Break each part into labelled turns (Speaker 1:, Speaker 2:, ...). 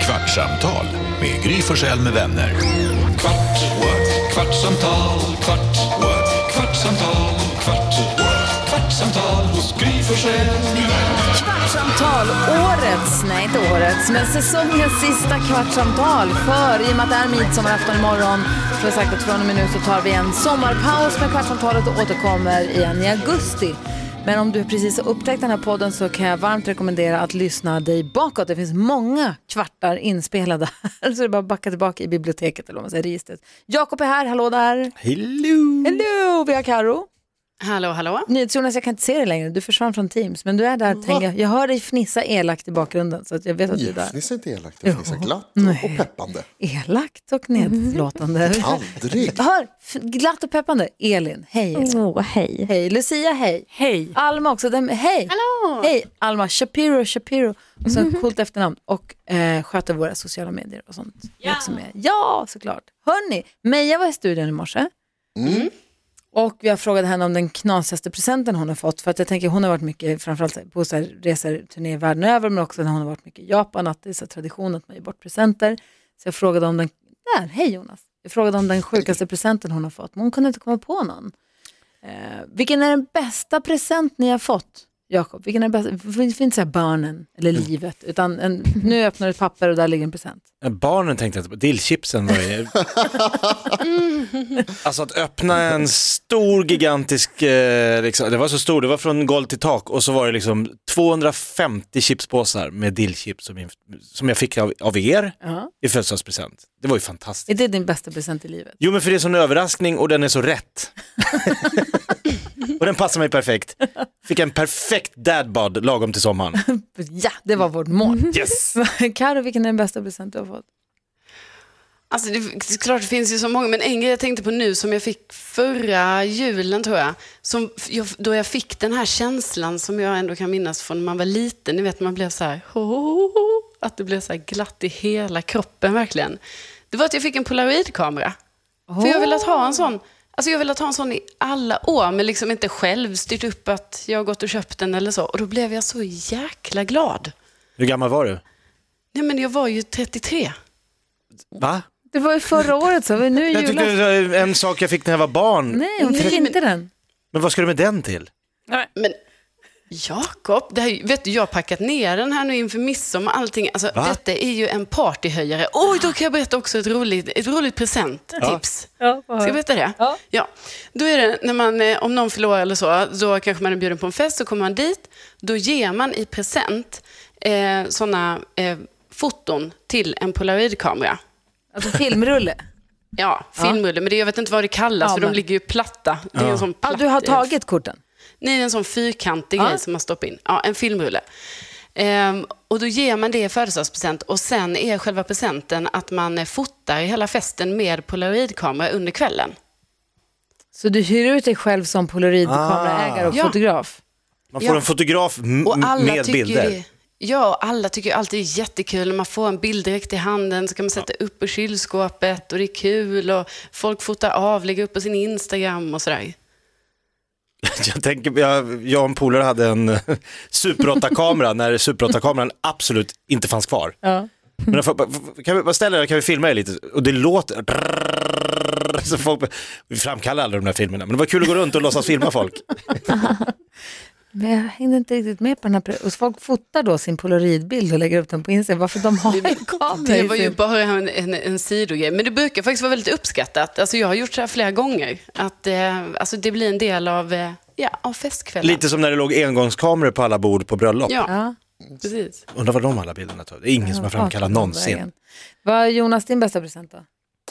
Speaker 1: Kvartsamtal med Gry Forssell med vänner.
Speaker 2: Kvart, what? kvartsamtal, kvart, what? kvartsamtal, kvart, what? kvartsamtal hos Gry Forssell med vänner.
Speaker 3: Kvartsamtal, årets, nej inte årets, men säsongens sista kvartsamtal. För i och med att det är midsommarafton imorgon så har jag sagt att från och med nu så tar vi en sommarpaus med kvartsamtalet och återkommer igen i augusti. Men om du precis har upptäckt den här podden så kan jag varmt rekommendera att lyssna dig bakåt. Det finns många kvartar inspelade här, så det är bara att backa tillbaka i biblioteket eller vad man säger, registret. Jakob är här, hallå där!
Speaker 4: Hello!
Speaker 3: Hello! Vi har Karo.
Speaker 5: Hallå, hallå.
Speaker 3: NyhetsJonas, jag kan inte se dig längre. Du försvann från Teams. Men du är där, tänker jag. Jag hör dig fnissa elakt i bakgrunden. Så att jag vet att du är där.
Speaker 4: Fnissa inte elakt, det fnissar glatt
Speaker 3: Nej.
Speaker 4: och peppande.
Speaker 3: Elakt och nedlåtande.
Speaker 4: Aldrig!
Speaker 3: Hör, f- glatt och peppande. Elin, hej. Elin.
Speaker 6: Åh, hej.
Speaker 3: Hej. Lucia, hej.
Speaker 5: Hej.
Speaker 3: Alma också. Den, hej.
Speaker 5: Hallå.
Speaker 3: Hej, Alma. Shapiro, Shapiro. Och så ett coolt efternamn. Och eh, sköter våra sociala medier och sånt. Det är Också med. Ja, såklart. Hörni, Meja var i studion i morse. Och jag frågade henne om den knasigaste presenten hon har fått. För att jag tänker hon har varit mycket, framförallt så här, på så här, resor, turnéer världen över, men också när hon har varit mycket i Japan, att det är så här tradition att man ger bort presenter. Så jag frågade om den, där, hej Jonas. Jag frågade om den sjukaste presenten hon har fått, men hon kunde inte komma på någon. Eh, vilken är den bästa present ni har fått, Jakob? Vilken är den bästa? Det finns inte så här barnen eller livet, utan en, nu öppnar du ett papper och där ligger en present.
Speaker 7: Barnen tänkte att dillchipsen var ju... alltså att öppna en stor gigantisk, eh, liksom, det var så stor, det var från golv till tak och så var det liksom 250 chipspåsar med dillchips som, min- som jag fick av, av er
Speaker 3: Ja.
Speaker 7: i födelsedagspresent. Det var ju fantastiskt.
Speaker 3: Är det din bästa present i livet?
Speaker 7: Jo men för det är sån överraskning och den är så rätt. och den passar mig perfekt. Fick en perfekt dadbod lagom till sommaren.
Speaker 3: Ja, det var vårt mål.
Speaker 7: Yes!
Speaker 3: Karo, vilken är den bästa present du har fått?
Speaker 5: Alltså det, det är klart det finns ju så många, men en grej jag tänkte på nu som jag fick förra julen tror jag, som f- jag då jag fick den här känslan som jag ändå kan minnas från när man var liten, ni vet man blev så här, "Hohoho", att det blev så här glatt i hela kroppen verkligen. Det var att jag fick en polaroidkamera. För jag har velat ha en sån. Alltså jag har velat ha en sån i alla år, men liksom inte själv styrt upp att jag har gått och köpt den eller så. Och då blev jag så jäkla glad.
Speaker 7: Hur gammal var du?
Speaker 5: Nej men jag var ju 33.
Speaker 7: Va?
Speaker 3: Det var ju förra året, så nu är
Speaker 7: Jag tyckte
Speaker 3: julen.
Speaker 7: det var en sak jag fick när jag var barn.
Speaker 3: Nej, hon fick
Speaker 5: Nej, men-
Speaker 3: inte den.
Speaker 7: Men vad ska du med den till?
Speaker 5: Men Jakob, det här, vet du, jag har packat ner den här nu inför midsommar. Allting. Alltså,
Speaker 7: Va?
Speaker 5: detta är ju en partyhöjare. Oj, då kan jag berätta också ett roligt, ett roligt presenttips. Ska jag berätta det? Ja. Då är det när man, eh, om någon förlorar eller så, då kanske man är bjuden på en fest, så kommer man dit. Då ger man i present eh, sådana eh, foton till en polaroidkamera.
Speaker 3: Alltså filmrulle.
Speaker 5: Ja, filmrulle, men det, jag vet inte vad det kallas,
Speaker 3: Ja,
Speaker 5: för de
Speaker 3: men-
Speaker 5: ligger ju platta. Det är en sån platt,
Speaker 3: Ja, du har
Speaker 5: eh,
Speaker 3: tagit korten.
Speaker 5: Nej, en sån fyrkantig
Speaker 3: Ja.
Speaker 5: grej som man stoppar in. Ja, en filmrulle. Ehm, och då ger man det i födelsedagspresent och sen är själva presenten att man eh, fotar hela festen med polaroidkamera under kvällen.
Speaker 3: Så du hyr ut dig själv som polaroidkameraägare och
Speaker 5: Ja.
Speaker 3: fotograf.
Speaker 7: Man
Speaker 5: Ja.
Speaker 7: får en fotograf m-
Speaker 5: Och alla
Speaker 7: med
Speaker 5: tycker
Speaker 7: bilder.
Speaker 5: ju- Ja, och alla tycker ju alltid det är jättekul när man får en bild direkt i handen så kan man sätta upp på kylskåpet och det är kul och folk fotar av, lägger upp på sin Instagram och sådär.
Speaker 7: Jag, tänker, jag, jag och en polare hade en eh, Super 8-kamera när Super 8-kameran absolut inte fanns kvar.
Speaker 3: Ja.
Speaker 7: Men jag får, kan vi bara ställa er, kan vi filma er lite? Och det låter... Så folk, vi framkallar aldrig de där filmerna, men det var kul att gå runt och låtsas filma folk.
Speaker 3: Men jag hängde inte riktigt med på den här. pre- Och folk fotar då sin polaroidbild och lägger upp den på Instagram. Varför de har en kamera
Speaker 5: Det
Speaker 3: i
Speaker 5: var ju
Speaker 3: sin...
Speaker 5: bara en, en, en sidogrej, men det brukar faktiskt vara väldigt uppskattat. Alltså jag har gjort så här flera gånger, att eh, alltså det blir en del av, eh, ja, av festkvällen.
Speaker 7: Lite som när det låg engångskameror på alla bord på bröllop.
Speaker 5: Ja,
Speaker 3: Ja,
Speaker 5: precis.
Speaker 7: Undrar var de alla bilderna tog. Det är ingen som har framkallat
Speaker 3: vart tog de
Speaker 7: någonsin.
Speaker 3: vägen? Vad är Jonas din bästa present då?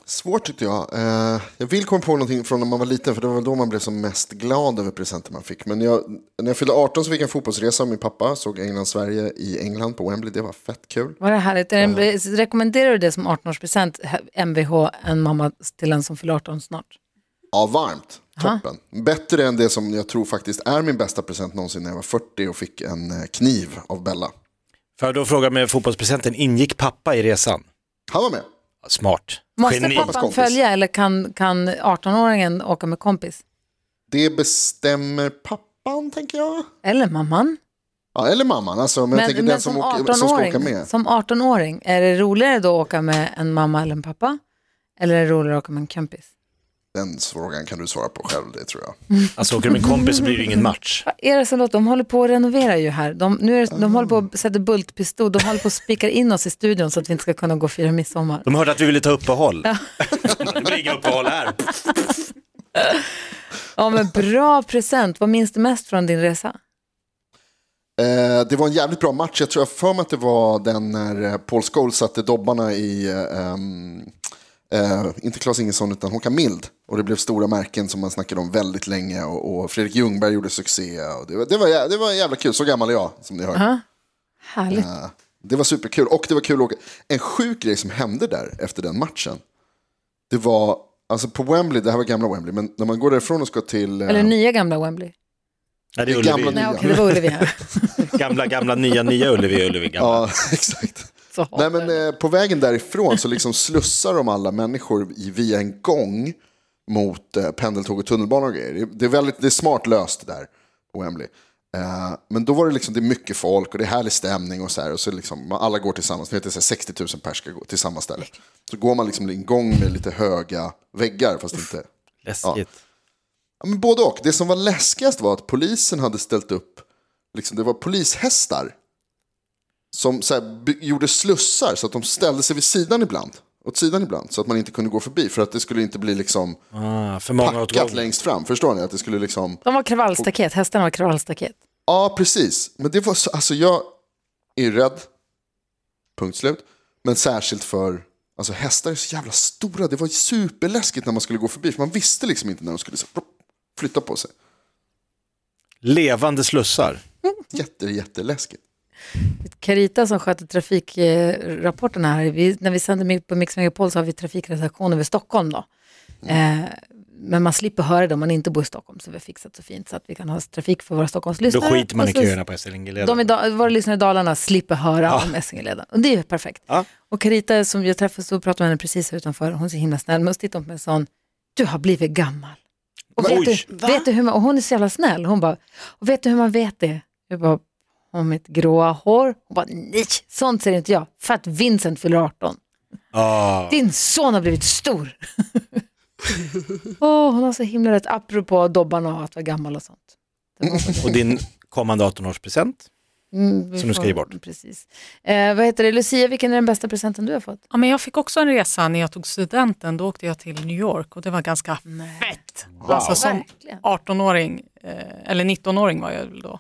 Speaker 4: Svårt tyckte jag. Eh, jag vill komma på någonting från när man var liten, för det var väl då man blev som mest glad över presenter man fick. Men jag, när jag fyllde 18 så fick jag en fotbollsresa av min pappa, såg England-Sverige i England på Wembley, det var fett kul.
Speaker 3: Var det härligt? Är det en- Rekommenderar du det som 18-årspresent, MVH, en mamma till en som fyller 18 snart?
Speaker 4: Ja, varmt. Toppen. Bättre än det som jag tror faktiskt är min bästa present någonsin när jag var 40 och fick en eh, kniv av Bella.
Speaker 7: Får jag då fråga med fotbollspresenten, ingick pappa i resan?
Speaker 4: Han var med.
Speaker 7: Smart.
Speaker 3: Måste
Speaker 7: Geni.
Speaker 3: pappan
Speaker 4: Kompis.
Speaker 3: följa eller kan, kan 18-åringen åka med kompis?
Speaker 4: Det bestämmer pappan, tänker jag.
Speaker 3: Eller mamman?
Speaker 4: Ja, eller mamman, alltså, men, jag tänker den som, åker, som ska åka med.
Speaker 3: som 18-åring, är det roligare då att åka med en mamma eller en pappa? Eller är det roligare att åka med en kompis?
Speaker 4: Den frågan kan du svara på själv, det tror jag.
Speaker 7: Alltså åker du med en kompis så blir det ingen match.
Speaker 3: Vad är det som låter? De håller på att renovera ju här. De, nu är det, de håller på att sätta bultpistol, de håller på att spika in oss i studion så att vi inte ska kunna gå och fira midsommar.
Speaker 7: De hörde att vi ville ta uppehåll. det blir inga uppehåll här.
Speaker 3: Ja men bra present, vad minns du mest från din resa?
Speaker 4: Eh, det var en jävligt bra match. Jag tror jag för mig att det var den när eh, Paul Scholes satte dobbarna i, eh, ehm, eh, inte Claes Ingesson utan Håkan Mild. Och det blev stora märken som man snackade om väldigt länge. Och, och Fredrik Ljungberg gjorde succé. Och det, var, det, var, jä- det var jävla kul, så gammal är jag som ni hör.
Speaker 3: Härligt.
Speaker 4: Eh, Det var superkul och det var kul att åka. En sjuk grej som hände där efter den matchen. Det var, alltså på Wembley, det här var gamla Wembley, men när man går därifrån och ska till... eh,
Speaker 3: Eller nya gamla Wembley.
Speaker 7: Nej, det är
Speaker 4: Gamla
Speaker 7: Ullevi.
Speaker 3: Nej
Speaker 4: Nya.
Speaker 3: okej, det var Ullevi här.
Speaker 7: Gamla, gamla, nya, nya Ullevi, Ullevi, gamla.
Speaker 4: Ja, exakt.
Speaker 3: Så.
Speaker 4: Nej, men eh, på vägen därifrån så liksom slussar de alla människor i, via en gång mot eh, pendeltåg och tunnelbana och grejer. Det, det, är väldigt, det är smart löst där på Wembley. Eh, men då var det liksom, det är mycket folk och det är härlig stämning och så här. Och så liksom, man- alla går tillsammans, det heter så här 60 000 pers ska gå till samma ställe. Så går man liksom i en gång med lite höga väggar, fast inte...
Speaker 7: Läskigt.
Speaker 4: Ja, men både och. Det som var läskigast var att polisen hade ställt upp, liksom, det var polishästar som så här, by- gjorde slussar så att de ställde sig vid sidan ibland. Åt sidan ibland, så att man inte kunde gå förbi. För att det skulle inte bli liksom
Speaker 7: Ah, för många åt
Speaker 4: packat
Speaker 7: gången.
Speaker 4: längst fram. Förstår ni? Att det skulle liksom...
Speaker 3: De var kravallstaket, hästarna var kravallstaket.
Speaker 4: Ja, precis. Men det var så... Alltså jag är ju rädd. Punkt slut. Men särskilt för... Alltså hästar är så jävla stora. Det var superläskigt när man skulle gå förbi. För man visste liksom inte när de skulle så, flytta på sig.
Speaker 7: Levande slussar.
Speaker 4: Jätte, jätteläskigt.
Speaker 3: Carita som sköter trafikrapporterna här, vi, när vi sänder mi- på Mix Megapol så har vi trafikredaktion över Stockholm då.
Speaker 7: Mm.
Speaker 3: Eh, men man slipper höra det om man inte bor i Stockholm så vi har fixat så fint så att vi kan ha trafik för våra
Speaker 7: Då
Speaker 3: Stockholmslyssnare.
Speaker 7: skiter man i
Speaker 3: Och så-
Speaker 7: köerna på Essingeleden.
Speaker 3: De i Da- våra lyssnare i Dalarna slipper höra om Essingeleden. Och det är ju perfekt.
Speaker 7: Ja.
Speaker 3: Och Carita som jag träffade så pratade med henne precis här utanför, hon är så himla snäll, men så tittade hon på mig och sa hon, du har blivit gammal. Och
Speaker 7: Men-
Speaker 3: vet du,
Speaker 7: Oj.
Speaker 3: vet du hur man, och hon är så jävla snäll, hon bara, och vet du hur man vet det? Jag bara, om mitt gråa hår? Hon bara, nej, sånt säger inte jag, för att Vincent fyller 18.
Speaker 7: Ah.
Speaker 3: Din son har blivit stor. Åh, hon har så himla rätt, apropå dobbarna och att vara gammal och sånt. Det var så-
Speaker 7: Och din kommande 18-årspresent.
Speaker 3: Mm, vi
Speaker 7: Som du ska
Speaker 3: får-
Speaker 7: ge bort.
Speaker 3: Precis. Eh, vad heter det, Lucia, vilken är den bästa presenten du har fått?
Speaker 6: Ja, men jag fick också en resa när jag tog studenten. Då åkte jag till New York och det var ganska fett. Alltså som
Speaker 3: Verkligen.
Speaker 6: 18-åring, eh, eller 19-åring var jag väl då,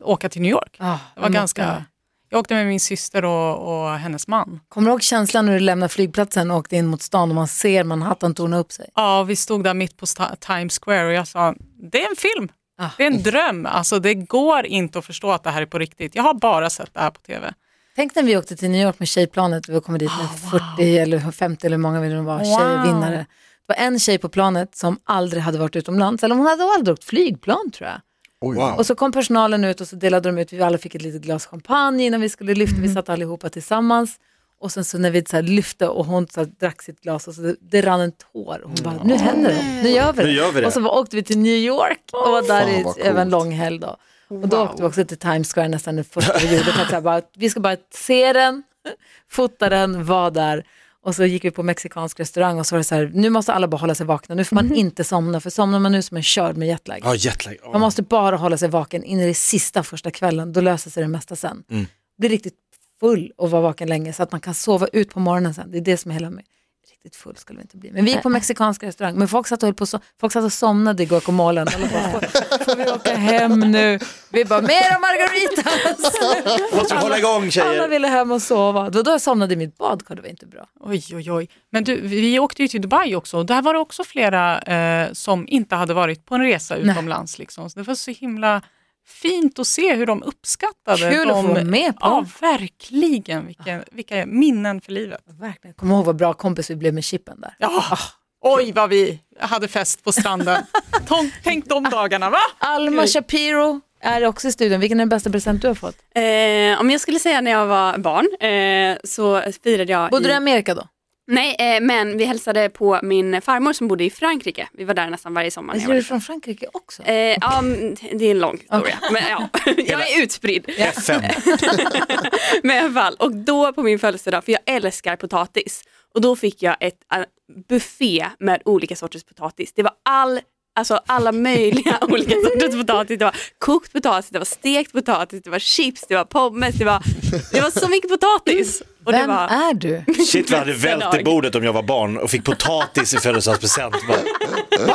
Speaker 6: åka till New York.
Speaker 3: Ah,
Speaker 6: Det var ganska... Jag åkte med min syster och, och hennes man.
Speaker 3: Kommer du ihåg känslan när du lämnade flygplatsen och åkte in mot stan och man ser Manhattan torna upp sig?
Speaker 6: Ja, och vi stod där mitt på sta- Times Square och jag sa, det är en film.
Speaker 3: Ah.
Speaker 6: Det är en dröm. Alltså det går inte att förstå att det här är på riktigt. Jag har bara sett det här på tv.
Speaker 3: Tänk när vi åkte till New York med tjejplanet och vi kom dit med
Speaker 6: Ah,
Speaker 3: 40 eller 50 eller hur många vi nu var, tjejvinnare. Det var en tjej på planet som aldrig hade varit utomlands, eller hon hade aldrig åkt flygplan tror jag.
Speaker 4: Oj.
Speaker 3: Och så kom personalen ut och så delade de ut, vi alla fick ett litet glas champagne innan vi skulle lyfta,
Speaker 7: Mm.
Speaker 3: vi satt allihopa tillsammans. Och sen så när vi så här lyfte och hon så här drack sitt glas och så det, det rann en tår. Hon bara, nu händer det, nu gör vi det.
Speaker 7: Nu gör vi det.
Speaker 3: Och så var, åkte vi till New York och var där
Speaker 4: Fan,
Speaker 3: i
Speaker 4: vad coolt.
Speaker 3: över en lång helg då. Och då åkte vi också till Times Square nästan det första vi gjorde. För att så här bara, vi ska bara se den, fota den, vara där. Och så gick vi på mexikansk restaurang och så var det så här, nu måste alla bara hålla sig vakna, nu får
Speaker 7: Mm.
Speaker 3: man inte somna, för somnar man nu som en körd med jetlag.
Speaker 7: Ja, jetlag. Ah.
Speaker 3: Man måste bara hålla sig vaken in i det sista första kvällen, då löser sig det mesta sen.
Speaker 7: Mm.
Speaker 3: Bli riktigt full och vara vaken länge så att man kan sova ut på morgonen sen. Det är det som är hela med. Riktigt full skulle vi inte bli. Men vi gick på mexikansk restaurang, men folk satt och, höll på så- folk satt och somnade i guacamolen. Alla bara, Får, får vi åka hem nu? Vi bara, mer av margaritas!
Speaker 7: Måste vi hålla igång
Speaker 3: Alla
Speaker 7: tjejer.
Speaker 3: ville hem och sova. Det var då jag somnade i mitt badkar, det var inte bra.
Speaker 6: Oj, oj, oj. Men du, vi åkte ju till Dubai också och där var det också flera eh, som inte hade varit på en resa utomlands. Liksom. Så det var så himla fint att se hur de uppskattade.
Speaker 3: Kul att
Speaker 6: de,
Speaker 3: få vara med på.
Speaker 6: Ja, verkligen. Vilka, vilka minnen för livet.
Speaker 3: Verkligen. Kommer ihåg vad bra kompis vi blev med Chippen där.
Speaker 6: Ja. Oj, vad vi hade fest på stranden. Tänk- Tänk de dagarna, va?
Speaker 3: Alma Shapiro är också i studion. Vilken är den bästa present du har fått?
Speaker 8: Eh, om jag skulle säga när jag var barn eh, så firade jag...
Speaker 3: Bodde
Speaker 8: i,
Speaker 3: du i Amerika då?
Speaker 8: Nej, eh, men vi hälsade på min farmor som bodde i Frankrike. Vi var där nästan varje sommar. när jag
Speaker 3: Är
Speaker 8: var
Speaker 3: Alltså, du från
Speaker 8: där.
Speaker 3: Frankrike också?
Speaker 8: Eh, ja, men det är en lång historia. Men, ja. Jag är utspridd.
Speaker 7: FN.
Speaker 8: Men i alla fall, och då på min födelsedag, för jag älskar potatis, och då fick jag ett äh, buffé med olika sorters potatis. Det var all, alltså alla möjliga olika sorters potatis. Det var kokt potatis, det var stekt potatis, det var chips, det var pommes, det var, det var så mycket potatis. Och det
Speaker 3: Vem
Speaker 8: var,
Speaker 3: är du?
Speaker 7: Shit vad jag hade vält i bordet om jag var barn och fick potatis i födelsedagspresent. Bara, "Va?"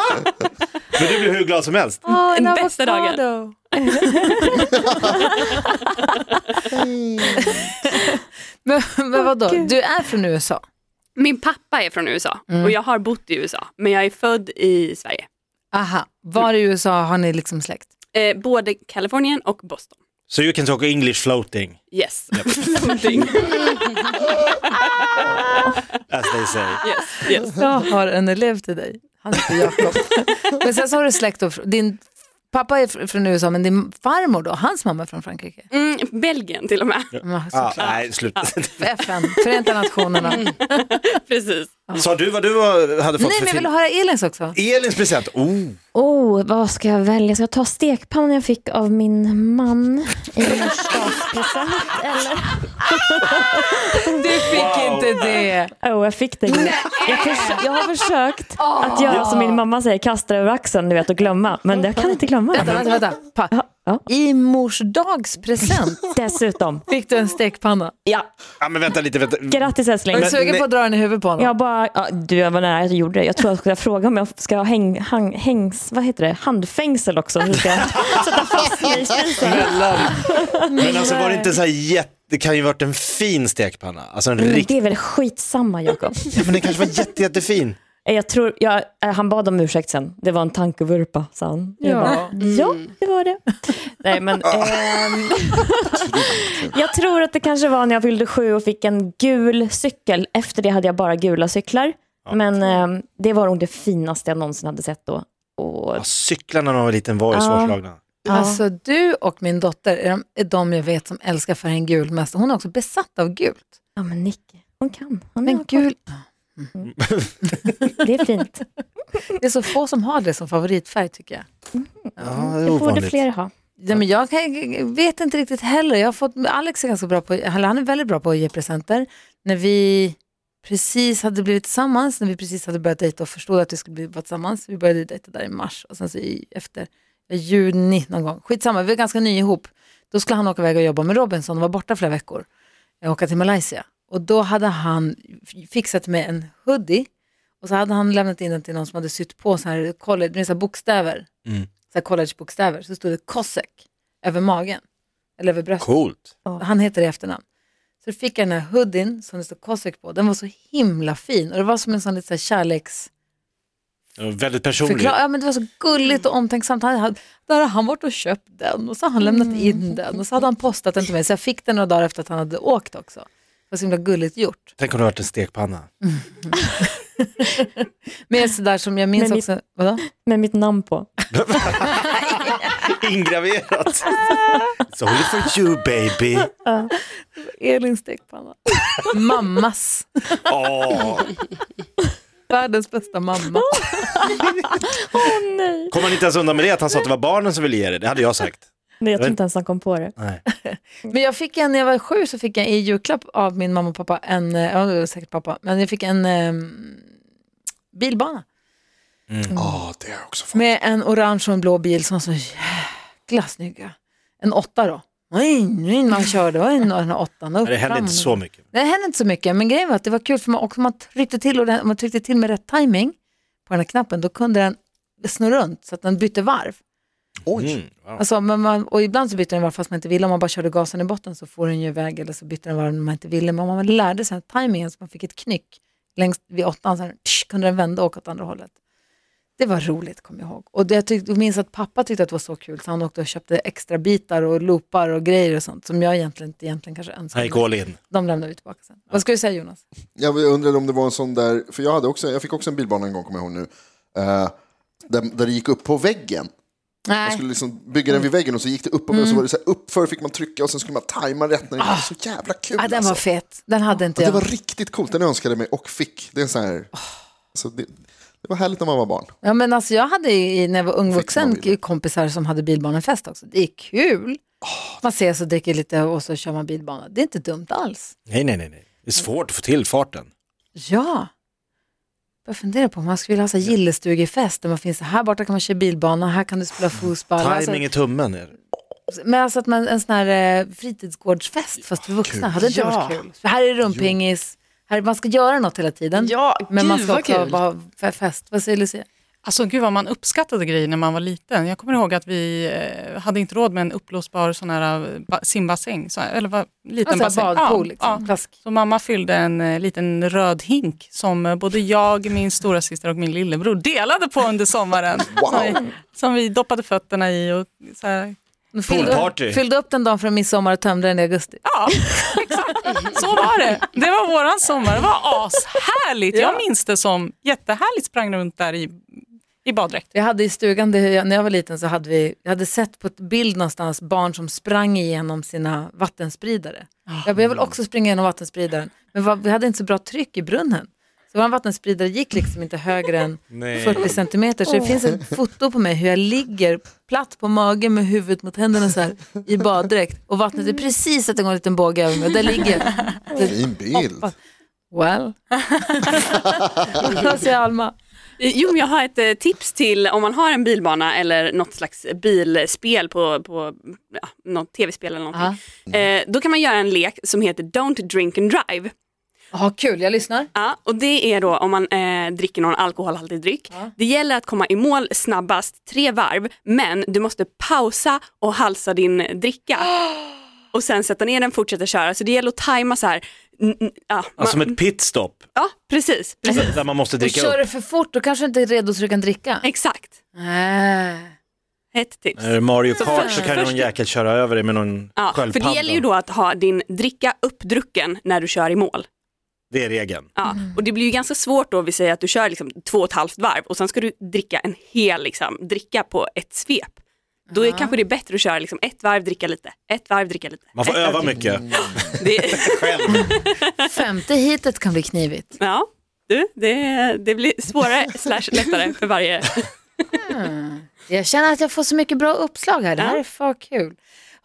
Speaker 7: Men du blev hur glad som helst.
Speaker 3: Oh,
Speaker 8: en bästa dagen.
Speaker 3: Mm. men men vadå, du är från USA?
Speaker 8: Min pappa är från USA
Speaker 3: Mm.
Speaker 8: och jag har bott i USA, men jag är född i Sverige.
Speaker 3: Aha, var i USA har ni liksom släkt?
Speaker 8: Eh, både Kalifornien och Boston.
Speaker 7: So you can talk English floating,
Speaker 8: Yes. Something.
Speaker 7: as they say.
Speaker 8: yes, yes.
Speaker 3: Jag har en elev till dig, han heter Jakob. men sen så har du släkt, och, fr- din pappa är fr- från USA men din farmor då, hans mamma är från Frankrike? alltså,
Speaker 8: Mm, Belgien till och med.
Speaker 3: Ja,
Speaker 7: Ah,
Speaker 3: såklart.
Speaker 7: nej, sluta.
Speaker 3: FN, Förenta Nationerna.
Speaker 8: Mm. Precis.
Speaker 7: Sa du vad du var, hade fått
Speaker 3: Nej
Speaker 7: för
Speaker 3: men jag vill
Speaker 7: film?
Speaker 3: höra Elins också.
Speaker 7: Elins present, oh.
Speaker 9: Oh, vad ska jag välja? Ska jag ta stekpannan jag fick av min man i morsdagspresent? Eller?
Speaker 3: Du fick inte det.
Speaker 9: Oh, jag fick det. Jag, förs- jag har försökt att göra som min mamma säger, kasta det över axeln du vet, och glömma. Men jag kan inte glömma
Speaker 3: Vänta,
Speaker 9: det.
Speaker 3: vänta, vänta. Pa.
Speaker 9: Ja.
Speaker 3: I morsdagspresent
Speaker 9: Dessutom,
Speaker 3: fick du en stekpanna.
Speaker 7: Ja, men vänta lite, vänta.
Speaker 9: grattis älskling.
Speaker 3: Var du sugen
Speaker 7: men-
Speaker 3: på att dra den i huvudet på honom?
Speaker 9: Jag bara, ja, du jag var nära att jag gjorde det. Jag tror jag skulle fråga om jag ska ha häng, hang, hängs, vad heter det? handfängsel också. Hur ska jag sätta fast mig i spisen?
Speaker 7: Men alltså var det inte så här jätte... Det kan ju varit en fin stekpanna. Alltså en
Speaker 9: Men
Speaker 7: riktig...
Speaker 9: Det är väl skitsamma Jakob.
Speaker 7: Ja, men den kanske var jätte, jättefin.
Speaker 9: Eh, Jag tror, jag, eh, han bad om ursäkt sen. Det var en tankevurpa, sa han. Jag
Speaker 3: Ja. Mm.
Speaker 9: Bara, ja, det var det. Nej, men, ehm, jag tror att det kanske var när jag fyllde sju och fick en gul cykel. Efter det hade jag bara gula cyklar. Men ehm, det var nog det finaste jag någonsin hade sett då. Och,
Speaker 7: Ja, cyklarna när man var liten var ju
Speaker 9: Ja.
Speaker 7: svårslagna.
Speaker 3: Alltså du och min dotter är de, är de jag vet som älskar färgen gul mest. Hon är också besatt av gult.
Speaker 9: ja, men Nick, hon kan. Hon
Speaker 3: Men
Speaker 9: är
Speaker 3: gul,
Speaker 9: Det är fint.
Speaker 3: det är så få som har det som favoritfärg tycker jag.
Speaker 7: Ja,
Speaker 3: Mm.
Speaker 7: det är
Speaker 9: Det borde
Speaker 7: ovanligt.
Speaker 9: fler ha.
Speaker 3: Ja, men jag kan, vet inte riktigt heller. Jag har fått, Alex är ganska bra på, eller han är väldigt bra på att ge presenter. När vi precis hade blivit tillsammans, när vi precis hade börjat dejta och förstod att vi skulle bli vara tillsammans. Vi började ju dejta där i mars och sen så i, efter i juni någon gång. Skitsamma, vi var ganska nya ihop. Då skulle han åka iväg och jobba med Robinson och var borta flera veckor. Jag åka till Malaysia. Och då hade han f- fixat med en hoodie och så hade han lämnat in den till någon som hade sytt på så här, college, med så här bokstäver så här collegebokstäver, så stod det Cossack över magen, eller över bröstet.
Speaker 7: Coolt.
Speaker 3: Han heter det i efternamn. Så fick jag den här hoodien som det stod Cossack på, den var så himla fin och det var som en sån lite så här kärleks...
Speaker 7: Det var Väldigt personligt.
Speaker 3: Förklar- ja, men det var så gulligt och omtänksamt. Han, han, där har han varit och köpt den och så har han lämnat in den och så hade han postat den till mig. Så jag fick den några dagar efter att han hade åkt också. Det var så himla gulligt gjort.
Speaker 7: Tänk om det varit en stekpanna.
Speaker 3: Men sådär som jag minns
Speaker 9: Men vi-
Speaker 3: också, vadå?
Speaker 9: Med mitt namn på.
Speaker 7: Ingraverat. It's only for you baby.
Speaker 3: Elins stekpanna. Mammas.
Speaker 7: Åh.
Speaker 3: Världens bästa mamma.
Speaker 7: Kom han inte ens undan med det att han sa att det var barnen som ville ge det? Det hade jag sagt.
Speaker 9: Nej, jag tror inte ens han kom på det.
Speaker 7: Nej.
Speaker 3: Men jag fick en, när jag var sju så fick jag i julklapp av min mamma och pappa en, eh, ja det var säkert pappa, men jag fick en ehm, bilbana. Mm.
Speaker 4: Ja, Mm. Ah, det har jag också fått.
Speaker 3: Med en orange och en blå bil som var så jäkla snygga. En åtta då. Oj, oj, man körde, oj, den här åttan. Upp,
Speaker 7: Men Det hände
Speaker 3: fram.
Speaker 7: inte så mycket.
Speaker 3: Det hände inte så mycket, men grejen var att det var kul för man, också, man tryckte till och den, om man tryckte till med rätt timing på den här knappen, då kunde den snurra runt så att den bytte varv.
Speaker 4: Oj,
Speaker 7: Mm. wow.
Speaker 3: Alltså, men man, och ibland så bytte den varv fast man inte ville. Om man bara körde gasen i botten så får den ju iväg eller så bytte den varv när man inte ville. Men om man lärde sig den här timingen så man fick ett knyck längst vid åttan så här, psh, kunde den vända och åka åt andra hållet. Det var roligt kommer jag ihåg. Och det, jag tyck, jag minns att pappa tyckte att det var så kul så han åkte och köpte extra bitar och loopar och grejer och sånt som jag egentligen inte egentligen kanske
Speaker 7: Han
Speaker 3: önskade.
Speaker 7: gick all in.
Speaker 3: De lämnade vi tillbaka sen. Vad ska du säga Jonas?
Speaker 4: jag undrade om det var en sån där, för jag, hade också, jag fick också en bilbana en gång kommer jag ihåg nu, eh, där, där det gick upp på väggen. Man
Speaker 3: Nej. Mm.
Speaker 4: skulle liksom bygga den vid väggen och så gick det upp och så var det så här, uppför fick man trycka och sen skulle man tajma rätt när det var så jävla kul.
Speaker 3: Ah, den var
Speaker 4: alltså.
Speaker 3: fet. Den hade inte
Speaker 4: Ja, det
Speaker 3: jag.
Speaker 4: var riktigt coolt, den önskade jag mig och fick. Det är så här,
Speaker 3: Ah.
Speaker 4: alltså, det, det var härligt när man var barn.
Speaker 3: Ja, men alltså, jag hade ju, när jag var ung
Speaker 4: Fick man
Speaker 3: vuxen
Speaker 4: bilen.
Speaker 3: kompisar som hade bilbanefest också. Det är kul. Man ses och dricker lite och så kör man bilbana. Det är inte dumt alls.
Speaker 7: Nej, nej, nej. nej. Det är svårt att få till farten.
Speaker 3: Ja. Jag funderar på om man skulle vilja ha så här gillestugefest där man finns så här borta kan man köra bilbana, här kan du spela fotboll. Alltså,
Speaker 7: Timing i tummen. Är det.
Speaker 3: men alltså att man, en sån här eh, fritidsgårdsfest fast för vuxna, hade inte det varit
Speaker 5: Ja.
Speaker 3: kul? För här är rumpingis, här, man ska göra något hela tiden.
Speaker 5: Ja,
Speaker 3: men
Speaker 5: gud
Speaker 3: man ska
Speaker 5: vad
Speaker 3: också
Speaker 5: kul.
Speaker 3: bara ha fe- fest. Vad säger Lucia?
Speaker 6: Alltså gud vad man uppskattade grejer när man var liten. Jag kommer ihåg att vi eh, hade inte råd med en uppblåsbar sån här eh, ba- simbassäng, så här, eller vad, liten
Speaker 3: Alltså
Speaker 6: bassäng.
Speaker 3: badpool,
Speaker 6: Ja,
Speaker 3: liksom.
Speaker 6: ja.
Speaker 3: Plask.
Speaker 6: Så mamma fyllde en eh, liten röd hink som eh, både jag, min stora syster och min lillebror delade på under sommaren. som, vi, som vi doppade fötterna i och så här.
Speaker 7: Poolparty.
Speaker 3: Fyllde, fyllde upp den dagen från midsommar och tömde den i augusti.
Speaker 6: Ja, exakt. Så var det. Det var våran sommar. Det var ashärligt. Jag minns det som jättehärligt. Sprang runt där i, i baddräkt.
Speaker 3: Vi hade i stugan, det, jag- när jag var liten så hade vi, jag hade sett på ett bild någonstans barn som sprang igenom sina vattenspridare. Jag behöver väl också springa igenom vattenspridaren, men vad- vi hade inte så bra tryck i brunnen. Så vår vattenspridare gick liksom inte högre än
Speaker 7: Nej.
Speaker 3: 40 centimeter. Så det finns ett foto på mig hur jag ligger platt på magen med huvudet mot händerna så här i baddräkt. Och vattnet är precis att det går en liten båge över mig. Och Där ligger jag.
Speaker 4: Fin bild.
Speaker 3: Ah, Well. Vad säger Alma?
Speaker 8: Jo, men jag har ett eh, tips till om man har en bilbana eller något slags bilspel på, på ja, något tv-spel eller någonting. Eh, då kan man göra en lek som heter Don't drink and drive.
Speaker 3: Ja, kul, jag lyssnar.
Speaker 8: Ja, och det är då om man eh, dricker någon alkoholhaltig dryck. Det gäller att komma i mål snabbast tre varv, men du måste pausa och halsa din dricka. Och sen sätta ner den, fortsätta köra. Så det gäller att tajma så här. n- n- Ja,
Speaker 7: Alltså som
Speaker 8: man,
Speaker 7: ett pitstop,
Speaker 8: ja precis. precis.
Speaker 7: där där man måste
Speaker 3: Du
Speaker 7: dricka
Speaker 3: kör
Speaker 7: upp.
Speaker 3: det för fort, då kanske du inte är redo så du kan dricka.
Speaker 8: Exakt.
Speaker 3: Nej.
Speaker 8: Ett tips.
Speaker 7: Är det Mario Kart så
Speaker 8: först-
Speaker 7: kan ju någon
Speaker 8: först-
Speaker 7: jäkel köra över dig med någon
Speaker 8: Ja, för
Speaker 7: sköldpadda.
Speaker 8: det gäller ju då att ha din dricka uppdrucken när du kör i mål.
Speaker 7: Det är regeln.
Speaker 8: Ja, och det blir ju ganska svårt då, vi säger att du kör liksom två och ett halvt varv och sen ska du dricka en hel liksom, dricka på ett svep. Då är kanske det är bättre att köra liksom ett varv, dricka lite, ett varv, dricka lite.
Speaker 7: Man får
Speaker 8: ett varv,
Speaker 7: öva
Speaker 8: dricka-
Speaker 7: mycket.
Speaker 8: Det,
Speaker 7: Själv.
Speaker 3: Femte hitet kan bli knivigt.
Speaker 8: ja, du, det, det blir svårare slash lättare för varje.
Speaker 3: Jag känner att jag får så mycket bra uppslag här. Det här är för kul.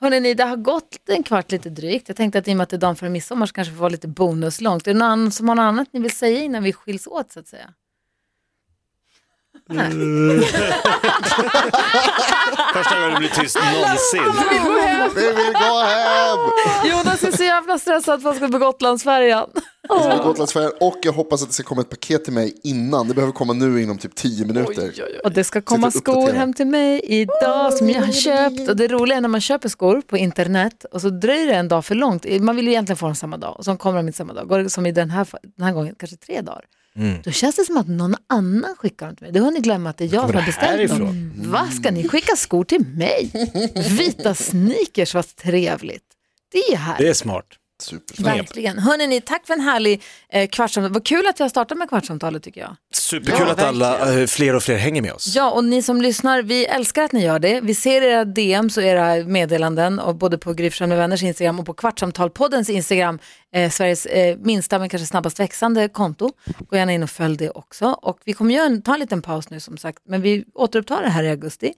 Speaker 3: Hörrni, ni, det har gått en kvart lite drygt. Jag tänkte att i och med att det är dagen före midsommar så kanske vi får vara lite bonuslångt. Är det någon annan som har något annat ni vill säga innan vi skiljs åt så att säga?
Speaker 7: Första gången det blir tyst någonsin.
Speaker 4: Vi vill gå hem!
Speaker 3: Jonas är så jävla stressad för att han ska på Gotlandsfärjan.
Speaker 4: Jag ska på Gotlandsfärjan och jag hoppas att det ska komma ett paket till mig innan. Det behöver komma nu inom typ 10 minuter.
Speaker 3: Och det ska komma
Speaker 4: Sitter och
Speaker 3: skor
Speaker 4: uppdaterar.
Speaker 3: hem till mig idag som jag har köpt. Och det roliga är när man köper skor på internet och så dröjer det en dag för långt. Man vill ju egentligen få dem samma dag och så kommer de inte samma dag. Går det som i den här, fa- den här gången, kanske tre dagar. Då känns det som att någon annan skickar dem till mig. Då har ni glömt att det är jag som har beställt
Speaker 7: härifrån?
Speaker 3: dem. Vad ska ni skicka skor till mig? Vita sneakers, vad trevligt. Det är ju
Speaker 7: Det
Speaker 3: härligt.
Speaker 7: är smart.
Speaker 4: Super.
Speaker 3: Verkligen. Hörrni, ni, tack för en härlig eh, kvartssamtal. Vad kul att vi har startat med kvartssamtalet tycker jag.
Speaker 7: Superkul att alla, eh, fler och fler hänger med oss.
Speaker 3: Ja, och ni som lyssnar, vi älskar att ni gör det. Vi ser era DMs och era meddelanden och både på Gryfsjön med vänners Instagram och på Kvartsamtalpoddens Instagram, eh, Sveriges eh, minsta men kanske snabbast växande konto. Gå gärna in och följ det också. Och vi kommer göra en, ta en liten paus nu som sagt, men vi återupptar det här i augusti.